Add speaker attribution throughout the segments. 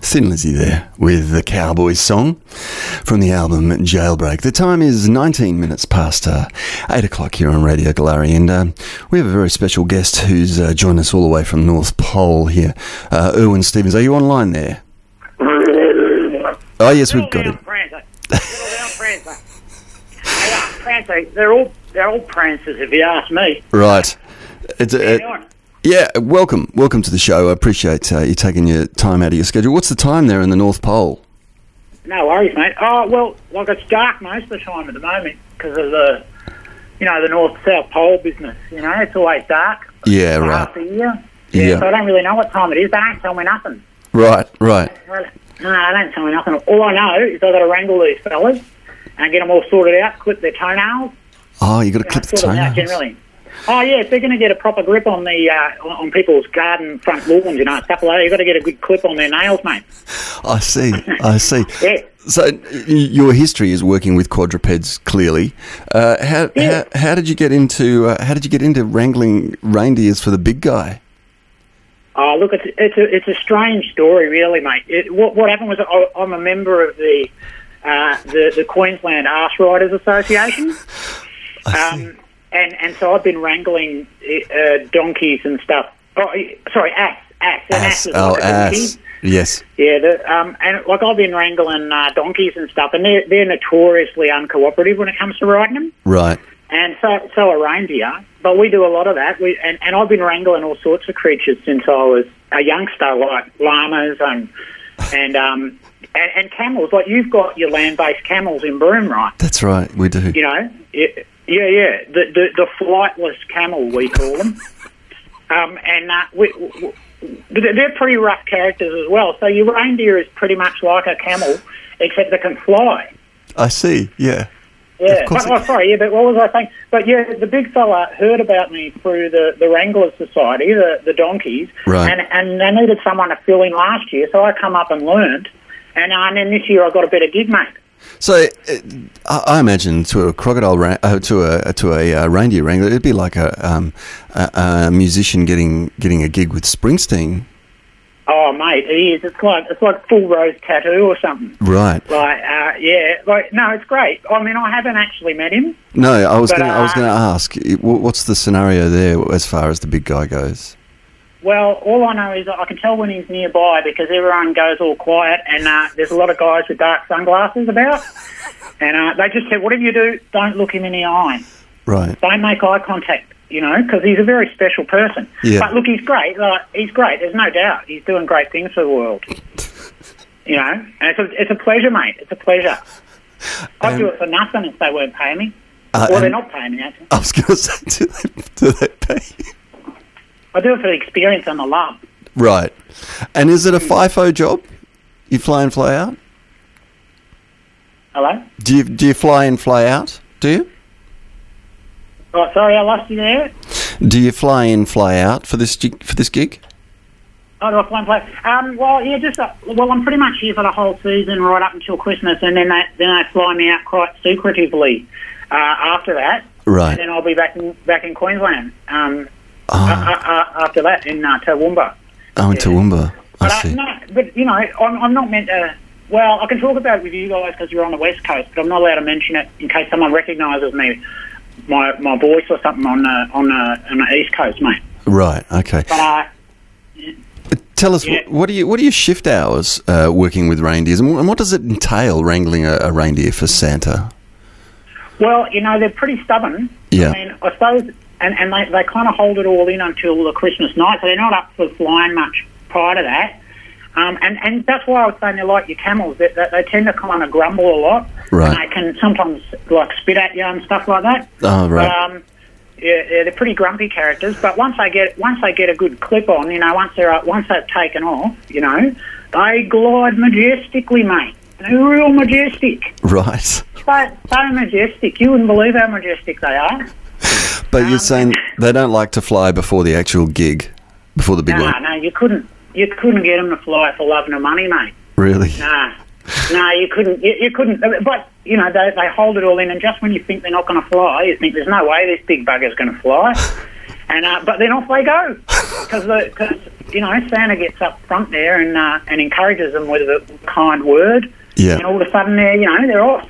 Speaker 1: Sin Lizzy there with the Cowboys song from the album Jailbreak. The time is 19 minutes past uh, 8 o'clock here on Radio Galari, and uh, we have a very special guest who's uh, joined us all the way from North Pole here. Uh, Erwin Stevens, are you online there? Oh, yes, we've got
Speaker 2: down
Speaker 1: it.
Speaker 2: Prancer. Settle down, Prancer. They are Prancer. They're all they're all prancers, if you ask me.
Speaker 1: Right. It's a,
Speaker 2: Hang on.
Speaker 1: yeah, welcome. Welcome to the show. I appreciate uh, you taking your time out of your schedule. What's the time there in the North Pole?
Speaker 2: No worries, mate. Oh well, like it's dark most of the time at the moment because of the, you know, the north south pole business. You know, it's always dark.
Speaker 1: Yeah,
Speaker 2: for
Speaker 1: right.
Speaker 2: Half the year.
Speaker 1: Yeah.
Speaker 2: So I don't really know what time it is. They don't tell me nothing.
Speaker 1: Right, right.
Speaker 2: No, they don't tell me nothing. All I know is I got to wrangle these fellas and get them all sorted out, clip their toenails,
Speaker 1: Oh, you got to clip the
Speaker 2: sort of out
Speaker 1: toenails.
Speaker 2: generally. Oh yeah, if they're going to get a proper grip on the uh, on on people's garden front lawns, you know, and stuff like that, you've got to get a good clip on their nails, mate.
Speaker 1: I see. I see.
Speaker 2: Yeah.
Speaker 1: So y- your history is working with quadrupeds, clearly. Uh, how,
Speaker 2: Yeah.
Speaker 1: how how did you get into uh, how did you get into wrangling reindeers for the big guy?
Speaker 2: Oh look, it's it's a it's a strange story, really, mate. It, what what happened was I, I'm a member of the uh, the the Queensland Arse Riders Association. Um, and and so I've been wrangling uh, donkeys and stuff. Oh, sorry, ass, ass, an ass, is
Speaker 1: oh
Speaker 2: like a donkey.
Speaker 1: ass, yes.
Speaker 2: Yeah, the, um, and like I've been wrangling uh, donkeys and stuff, and they're, they're notoriously uncooperative when it comes to riding them,
Speaker 1: Right,
Speaker 2: and so so are reindeer. But we do a lot of that, we, and, and I've been wrangling all sorts of creatures since I was a youngster, like llamas and and um and, and camels. Like you've got your land-based camels in Broome, right?
Speaker 1: that's right. We do.
Speaker 2: You know, it, yeah, yeah, the, the the flightless camel we call them, um, and uh, we, w w- they're pretty rough characters as well. So your reindeer is pretty much like a camel, except they can fly.
Speaker 1: I see. Yeah.
Speaker 2: Yeah,
Speaker 1: Of course
Speaker 2: But-
Speaker 1: it-
Speaker 2: oh, sorry, yeah, but what was I saying? But yeah, the big fella heard about me through the, the Wranglers Society, the, the donkeys,
Speaker 1: Right.
Speaker 2: and, and they needed someone to fill in last year, so I come up and learned, and, uh, and then this year I got a better gig, mate.
Speaker 1: So uh, I I imagine to a crocodile ra- uh, to a to a uh, reindeer wrangler, it'd be like a, um, a, a musician getting getting a gig with Springsteen.
Speaker 2: Oh, mate, it is. It's like it's like full rose tattoo or something.
Speaker 1: Right.
Speaker 2: Like, uh, yeah, like no, it's great. I mean, I haven't actually met him.
Speaker 1: No, I was
Speaker 2: But,
Speaker 1: gonna, I was
Speaker 2: uh,
Speaker 1: going to ask, i- wh- what's the scenario there as far as the big guy goes?
Speaker 2: Well, all I know is that I can tell when he's nearby because everyone goes all quiet, and uh, there's a lot of guys with dark sunglasses about, and uh, they just said, "Whatever you do, don't look him in the eye.
Speaker 1: Right.
Speaker 2: Don't make eye contact." You know, because he's a very special person.
Speaker 1: Yeah.
Speaker 2: But look, he's great. Like, he's great. There's no doubt. He's doing great things for the world. You know, and it's a, it's a pleasure, mate. It's a pleasure. I'd
Speaker 1: Um,
Speaker 2: do it for nothing if they weren't paying me.
Speaker 1: Uh,
Speaker 2: well, they're
Speaker 1: and-
Speaker 2: not paying me. Actually.
Speaker 1: I was going to say, do they, do they pay?
Speaker 2: I do it for the experience and the love.
Speaker 1: Right. And is it a FIFO job? You fly in, fly out?
Speaker 2: Hello?
Speaker 1: Do you, do you fly in, fly out? Do you?
Speaker 2: Oh, sorry, I lost you there.
Speaker 1: Do you fly in, fly out for this gig, for this gig?
Speaker 2: Oh, do I fly and play? Um, well, yeah, just uh, well, I'm pretty much here for the whole season, right up until Christmas, and then they then they fly me out quite secretively uh, after that, and
Speaker 1: Right.
Speaker 2: then I'll be back in back in Queensland um, uh,
Speaker 1: Ah,
Speaker 2: uh, uh, after that in uh, Toowoomba.
Speaker 1: oh, in Toowoomba. I
Speaker 2: But uh,
Speaker 1: see.
Speaker 2: no, but you know, I'm, I'm not meant to. Well, I can talk about it with you guys because you're on the west coast, but I'm not allowed to mention it in case someone recognises me, my my voice or something on the on the on the east coast, mate.
Speaker 1: Right. Okay.
Speaker 2: But uh,
Speaker 1: Tell us,
Speaker 2: Yeah.
Speaker 1: wh- what do you what are your shift hours uh, working with reindeers, and wh- and what does it entail wrangling a, a reindeer for Santa?
Speaker 2: Well, you know, they're pretty stubborn.
Speaker 1: Yeah.
Speaker 2: I mean, I suppose, and, and they, they kind of hold it all in until the Christmas night, so they're not up for flying much prior to that. Um, and, and that's why I was saying they're like your camels. They, they, they tend to kind of grumble a lot.
Speaker 1: Right.
Speaker 2: And they can sometimes, like, spit at you and stuff like that.
Speaker 1: Oh, right.
Speaker 2: But, um, yeah, yeah, they're pretty grumpy characters, but once they get once they get a good clip on, you know, once they're up- once they've taken off, you know, they glide majestically, mate. They're real majestic
Speaker 1: Right.
Speaker 2: so, so majestic. You wouldn't believe how majestic they are.
Speaker 1: But
Speaker 2: Um,
Speaker 1: you're saying they don't like to fly before the actual gig, before the big
Speaker 2: No,
Speaker 1: one.
Speaker 2: no, you couldn't. You couldn't get them to fly for love nor money, mate.
Speaker 1: Really?
Speaker 2: No, no, you couldn't. You, you couldn't. uh, But you know, they, they hold it all in, and just when you think they're not going to fly, you think there's no way this big bugger's going to fly. And uh, but then off they go because you know, Santa gets up front there and uh, and encourages them with a kind word.
Speaker 1: Yeah.
Speaker 2: And all of a sudden, they're you know they're off.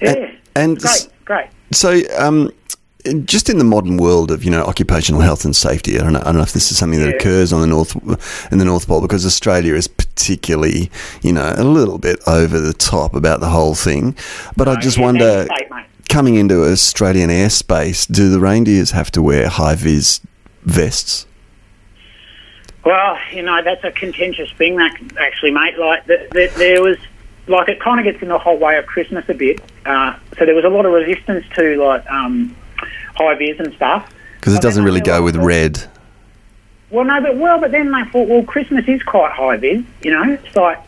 Speaker 2: Yeah.
Speaker 1: And- and
Speaker 2: great,
Speaker 1: s-
Speaker 2: great.
Speaker 1: So, um, just in the modern world of you know occupational health and safety, I don't know, I don't know if this is something that
Speaker 2: Yeah.
Speaker 1: occurs on the north in the North Pole because Australia is particularly you know a little bit over the top about the whole thing. But I just
Speaker 2: Yeah,
Speaker 1: wonder,
Speaker 2: thanks, mate.
Speaker 1: coming into Australian airspace, do the reindeers have to wear high vis vests?
Speaker 2: Well, you know, that's a contentious thing, that actually, mate. Like, th- th- there was, like, it kind of gets in the whole way of Christmas a bit. Uh, so there was a lot of resistance to, like, um, high vis and stuff.
Speaker 1: Because it
Speaker 2: But then
Speaker 1: doesn't
Speaker 2: I
Speaker 1: really
Speaker 2: feel
Speaker 1: go
Speaker 2: like
Speaker 1: with
Speaker 2: the-
Speaker 1: red.
Speaker 2: Well, no, but well, but then they thought, well, Christmas is quite high vis, you know. It's like,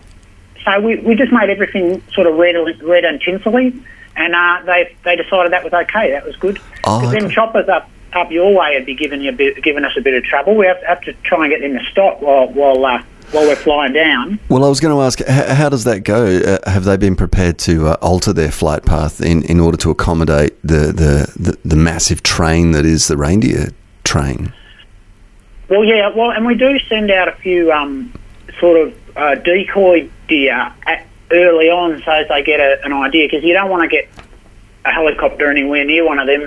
Speaker 2: so we, we just made everything sort of red, red and tinselly, and uh, they they decided that was okay. That was good.
Speaker 1: Oh,
Speaker 2: 'Cause then
Speaker 1: okay.
Speaker 2: choppers up up your way would be giving you a bit, giving us a bit of trouble. We have, have to try and get them to stop while while uh, while we're flying down.
Speaker 1: Well, I was going to ask, h- how does that go? Uh, have they been prepared to uh, alter their flight path in, in order to accommodate the, the, the, the massive train that is the reindeer train?
Speaker 2: Well, yeah, well, and we do send out a few um, sort of uh, decoy deer at, early on so as they get a, an idea because you don't want to get a helicopter anywhere near one of them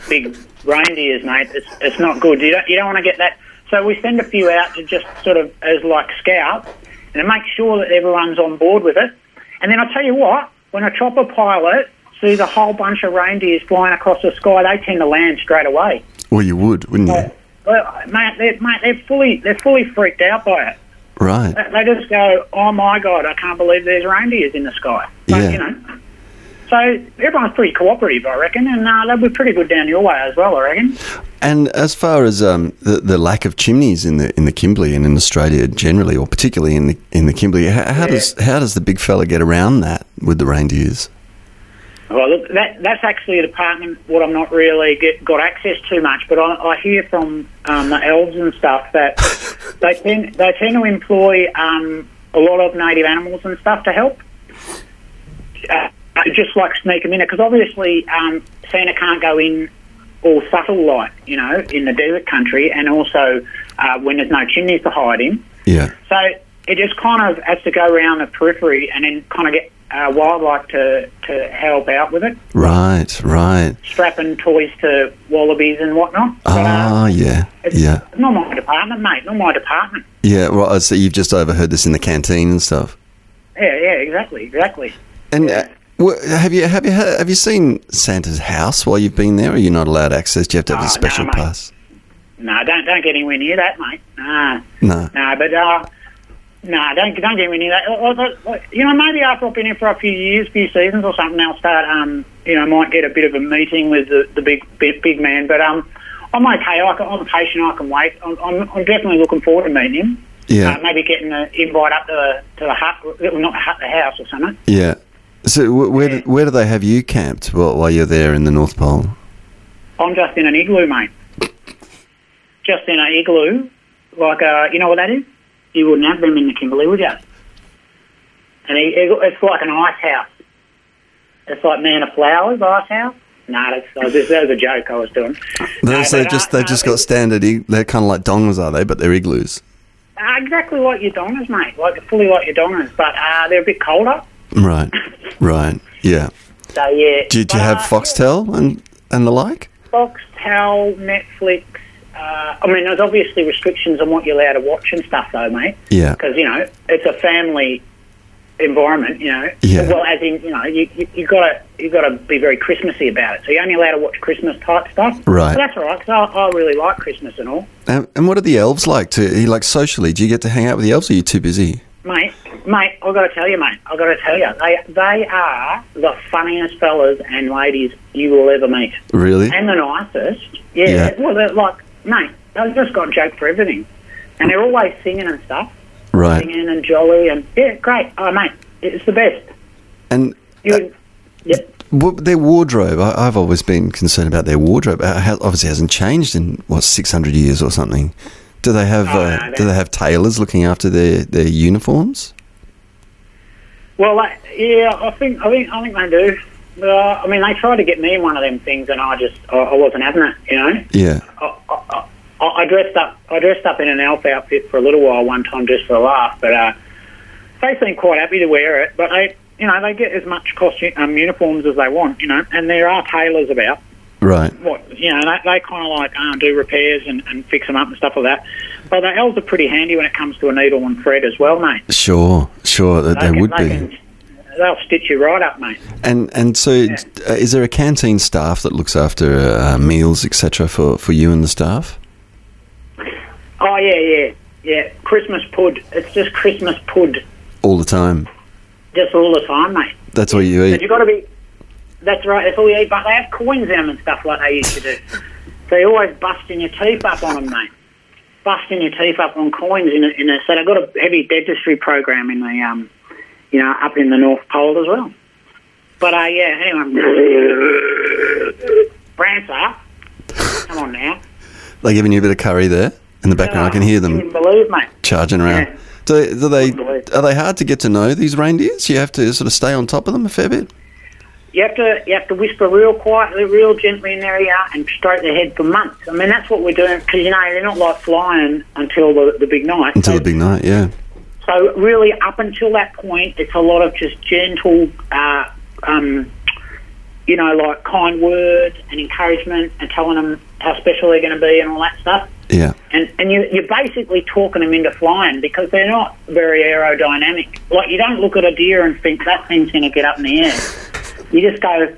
Speaker 2: big reindeers, mate. It's, it's not good. You don't, you don't want to get that. So we send a few out to just sort of as like scouts and to make sure that everyone's on board with it. And then I tell you what, when a chopper pilot sees a whole bunch of reindeers flying across the sky, they tend to land straight away.
Speaker 1: Well, you would, wouldn't you?
Speaker 2: Well, mate, they're, mate, they're fully they're fully freaked out by it.
Speaker 1: Right.
Speaker 2: They- They just go, "Oh my god, I can't believe there's reindeers in the sky." But,
Speaker 1: Yeah.
Speaker 2: You know. So everyone's pretty cooperative, I reckon, and uh, they'll be pretty good down your way as well, I reckon.
Speaker 1: And as far as um, the, the lack of chimneys in the in the Kimberley and in Australia generally, or particularly in the in the Kimberley, how, how does how does the big fella get around that with the reindeers?
Speaker 2: Well, look, that that's actually a department what I'm not really get, got access to much, but I, I hear from um, the elves and stuff that they tend they tend to employ um, a lot of native animals and stuff to help, uh, just like sneak them in because obviously um, Santa can't go in all subtle light, you know, in the desert country, and also uh, when there's no chimneys to hide in.
Speaker 1: Yeah.
Speaker 2: So it just kind of has to go around the periphery and then kind of get uh, wildlife to, to help out with it,
Speaker 1: Right. Right.
Speaker 2: strapping toys to wallabies and whatnot. But, uh,
Speaker 1: Ah. yeah.
Speaker 2: it's
Speaker 1: Yeah.
Speaker 2: Not my department, mate. Not my department.
Speaker 1: Yeah. Well, so you've just overheard this in the canteen and stuff.
Speaker 2: Yeah, yeah, exactly, exactly.
Speaker 1: And uh, wha- have you have you ha- have you seen Santa's house while you've been there? Are you not allowed access? Do you have to have
Speaker 2: Oh,
Speaker 1: a
Speaker 2: no,
Speaker 1: special
Speaker 2: mate.
Speaker 1: pass?
Speaker 2: No, don't don't get anywhere near that, mate. Nah,
Speaker 1: No.
Speaker 2: nah, but uh, nah, don't don't get anywhere near that. Uh, uh, uh, You know, maybe after I've been here for a few years, few seasons or something, I'll start. Um, you know, I might get a bit of a meeting with the, the big, big big man. But um, I'm okay. I can, I'm patient. I can wait. I'm, I'm, I'm definitely looking forward to meeting him.
Speaker 1: Yeah.
Speaker 2: Uh, maybe getting an invite up to the to the hut, well, not the hut, the house or something.
Speaker 1: Yeah. So wh- where do, where do they have you camped while, while you're there in the North Pole?
Speaker 2: I'm just in an igloo, mate. Just in an igloo. Like, uh, you know what that is? You wouldn't have them in the Kimberley, would you? And it, it, it's like an ice house. It's like Man of Flowers ice house. Nah, that's, that was just, that was a joke I was doing.
Speaker 1: They,
Speaker 2: No,
Speaker 1: so
Speaker 2: but, uh,
Speaker 1: just they've
Speaker 2: no,
Speaker 1: just got
Speaker 2: it-
Speaker 1: standard. ig- They're kind of like dongas, are they? But they're igloos,
Speaker 2: Uh, exactly like your dongers, mate. Like, fully like your dongers, but uh, they're a bit colder.
Speaker 1: right? Right. Yeah.
Speaker 2: So, yeah.
Speaker 1: Did
Speaker 2: But,
Speaker 1: you have
Speaker 2: uh,
Speaker 1: foxtel and and the like?
Speaker 2: Foxtel, Netflix. Uh, I mean, there's obviously restrictions on what you're allowed to watch and stuff, though, mate.
Speaker 1: Yeah.
Speaker 2: Because you know it's a family environment. You know.
Speaker 1: Yeah.
Speaker 2: Well, as in, you know, you you you got to you got to be very Christmassy about it. So you're only allowed to watch Christmas type stuff.
Speaker 1: Right.
Speaker 2: But that's all right. Cause I, I really like Christmas and all,
Speaker 1: And, and what are the elves like? To you like socially? Do you get to hang out with the elves? Or are you too busy?
Speaker 2: mate. Mate, I've got to tell you, mate. I've got to tell you, they they are the funniest fellas and ladies you will ever meet.
Speaker 1: Really?
Speaker 2: And the nicest. Yeah.
Speaker 1: Yeah.
Speaker 2: Well, they're like, mate, they've just got a joke for everything. And they're always singing and stuff.
Speaker 1: Right.
Speaker 2: Singing and jolly and, yeah, great. Oh, mate, it's the best.
Speaker 1: And Uh,
Speaker 2: You, yep.
Speaker 1: well, their wardrobe. I, I've always been concerned about their wardrobe. Uh, ha- obviously, hasn't changed in what six hundred years or something. Do they have
Speaker 2: Oh,
Speaker 1: uh,
Speaker 2: no,
Speaker 1: Do
Speaker 2: they-
Speaker 1: they have tailors looking after their their uniforms?
Speaker 2: Well, I, yeah, I think, I think, I think they do. Uh, I mean, they tried to get me in one of them things and I just, I, I wasn't having it, you know?
Speaker 1: Yeah.
Speaker 2: I, I, I, I dressed up. I dressed up in an elf outfit for a little while one time just for a laugh, but uh, they seem quite happy to wear it. But they, you know, they get as much costume um, uniforms as they want, you know, and there are tailors about.
Speaker 1: Right.
Speaker 2: What you know, they, they kind of like uh, do repairs and, and fix them up and stuff like that. But the elves are pretty handy when it comes to a needle and thread as well, mate.
Speaker 1: Sure. Sure. That they,
Speaker 2: can-
Speaker 1: would be.
Speaker 2: Can, they'll stitch you right up, mate.
Speaker 1: And and so, uh, is there a canteen staff that looks after uh, meals, etc., for for you and the staff?
Speaker 2: Oh yeah, yeah, yeah. Christmas pud. It's just Christmas pud,
Speaker 1: All the time.
Speaker 2: just all the time, mate.
Speaker 1: That's all you
Speaker 2: But
Speaker 1: eat.
Speaker 2: you got to be. That's right. That's all you eat. But they have coins in them and stuff like they used to do. so you're always busting your teeth up on them, mate. Busting your teeth up on coins in a, in a, so they've got a heavy dentistry program in the um, you know, up in the North Pole as well. But uh, yeah, anyway, Brancer, come on now.
Speaker 1: They're giving you a bit of curry there in the background. I can hear
Speaker 2: Couldn't
Speaker 1: them
Speaker 2: believe, mate.
Speaker 1: charging around.
Speaker 2: Yeah.
Speaker 1: Do, do they
Speaker 2: Unbelievable.
Speaker 1: are they hard to get to know these reindeers? You have to sort of stay on top of them a fair bit.
Speaker 2: You have to you have to whisper real quietly, real gently in their ear, and stroke their head for months. I mean, that's what we're doing because you know they're not like flying until the, the big night.
Speaker 1: Until
Speaker 2: so,
Speaker 1: the big night, yeah.
Speaker 2: so really, up until that point, it's a lot of just gentle, uh, um, you know, like kind words and encouragement, and telling them how special they're going to be and all that stuff.
Speaker 1: Yeah.
Speaker 2: And, and you, you're basically talking them into flying because they're not very aerodynamic. Like, you don't look at a deer and think that thing's going to get up in the air. You just go,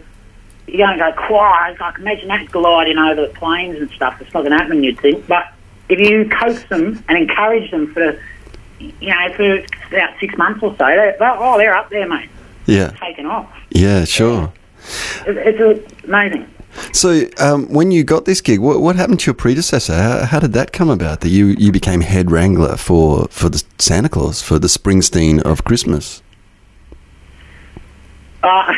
Speaker 2: you go and go, quiet. Like, imagine that gliding over the plains and stuff. It's not going to happen, you'd think. But if you coax them and encourage them for, you know, for about six months or so, they, they're, oh, they're up there, mate,
Speaker 1: Yeah.
Speaker 2: taking off.
Speaker 1: Yeah, sure.
Speaker 2: It's, it's amazing.
Speaker 1: So, um, when you got this gig, what, what happened to your predecessor? How, how did that come about that you, you became head wrangler for, for the Santa Claus, for the Springsteen of Christmas?
Speaker 2: Uh,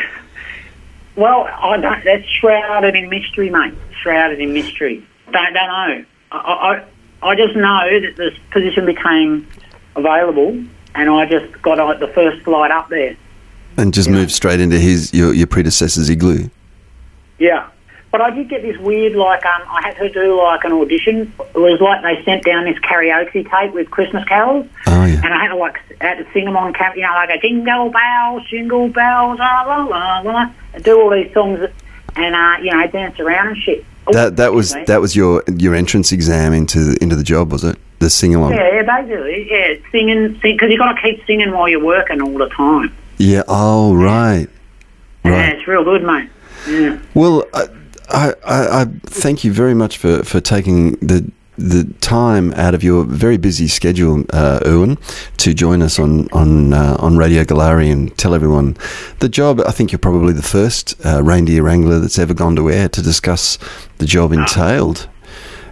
Speaker 2: well, I don't. That's shrouded in mystery, mate. Shrouded in mystery. Don't don't know. I I, I- I just know that this position became available, and I just got on the first flight up there.
Speaker 1: And just moved straight into his your, your predecessor's igloo.
Speaker 2: Yeah. But I did get this weird, like, um, I had her do, like, an audition. It was like they sent down this karaoke tape with Christmas carols.
Speaker 1: Oh, yeah.
Speaker 2: And I had to, like, s- had to sing them on camera, you know, like a jingle bells, jingle bells, la, la, la, la, and do all these songs and, uh, you know, dance around and shit. Oh,
Speaker 1: That that was
Speaker 2: excuse me.
Speaker 1: that was your your entrance exam into the, into the job, was it? The sing along. Yeah.
Speaker 2: Yeah, yeah, basically, yeah, singing, because you got to keep singing while you're working all the time.
Speaker 1: Oh, right.
Speaker 2: Yeah,
Speaker 1: Right.
Speaker 2: it's real good, mate. Yeah.
Speaker 1: Well, I, I, I I thank you very much for, for taking the the time out of your very busy schedule, uh, Erwin, to join us on on uh, on Radio Galari and tell everyone the job. I think you're probably the first uh, reindeer wrangler that's ever gone to air to discuss the job entailed.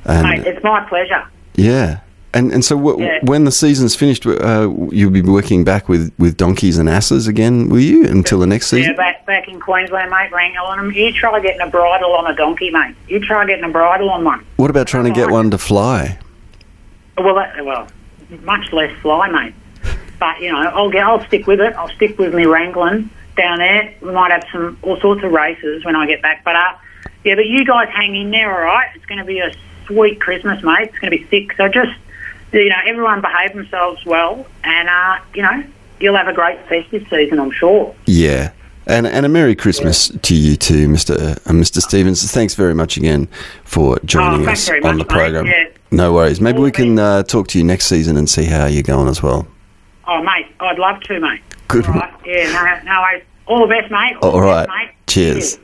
Speaker 2: Mate,
Speaker 1: And
Speaker 2: it's my pleasure.
Speaker 1: yeah. And, and so, w-
Speaker 2: Yeah.
Speaker 1: when the season's finished, uh, you'll be working back with, with donkeys and asses again, will you? Until the next
Speaker 2: Yeah,
Speaker 1: season?
Speaker 2: back back in Queensland, mate, wrangling them. You try getting a bridle on a donkey, mate. You try getting a bridle on one.
Speaker 1: What about trying to get one to fly?
Speaker 2: Well, that, well, much less fly, mate. But you know, I'll get, I'll stick with it. I'll stick with me wrangling down there. We might have some all sorts of races when I get back. But uh, yeah, but you guys hang in there, all right? It's going to be a sweet Christmas, mate. It's going to be sick. So just you know, everyone behave themselves well, and uh, you know, you'll have a great festive season, I'm sure.
Speaker 1: Yeah. And, and a Merry Christmas to you too, Mr. Uh, Mr. Stevens. Thanks very much again for joining
Speaker 2: Oh, thanks
Speaker 1: us
Speaker 2: very
Speaker 1: on the
Speaker 2: much, mate.
Speaker 1: program.
Speaker 2: Yeah.
Speaker 1: No worries. Maybe we can uh, talk to you next season and see how you're going as well.
Speaker 2: Oh, mate, I'd love to, mate.
Speaker 1: Good
Speaker 2: All right. Yeah, no, no worries. All the best, mate.
Speaker 1: All
Speaker 2: the
Speaker 1: right.
Speaker 2: best, mate.
Speaker 1: Cheers.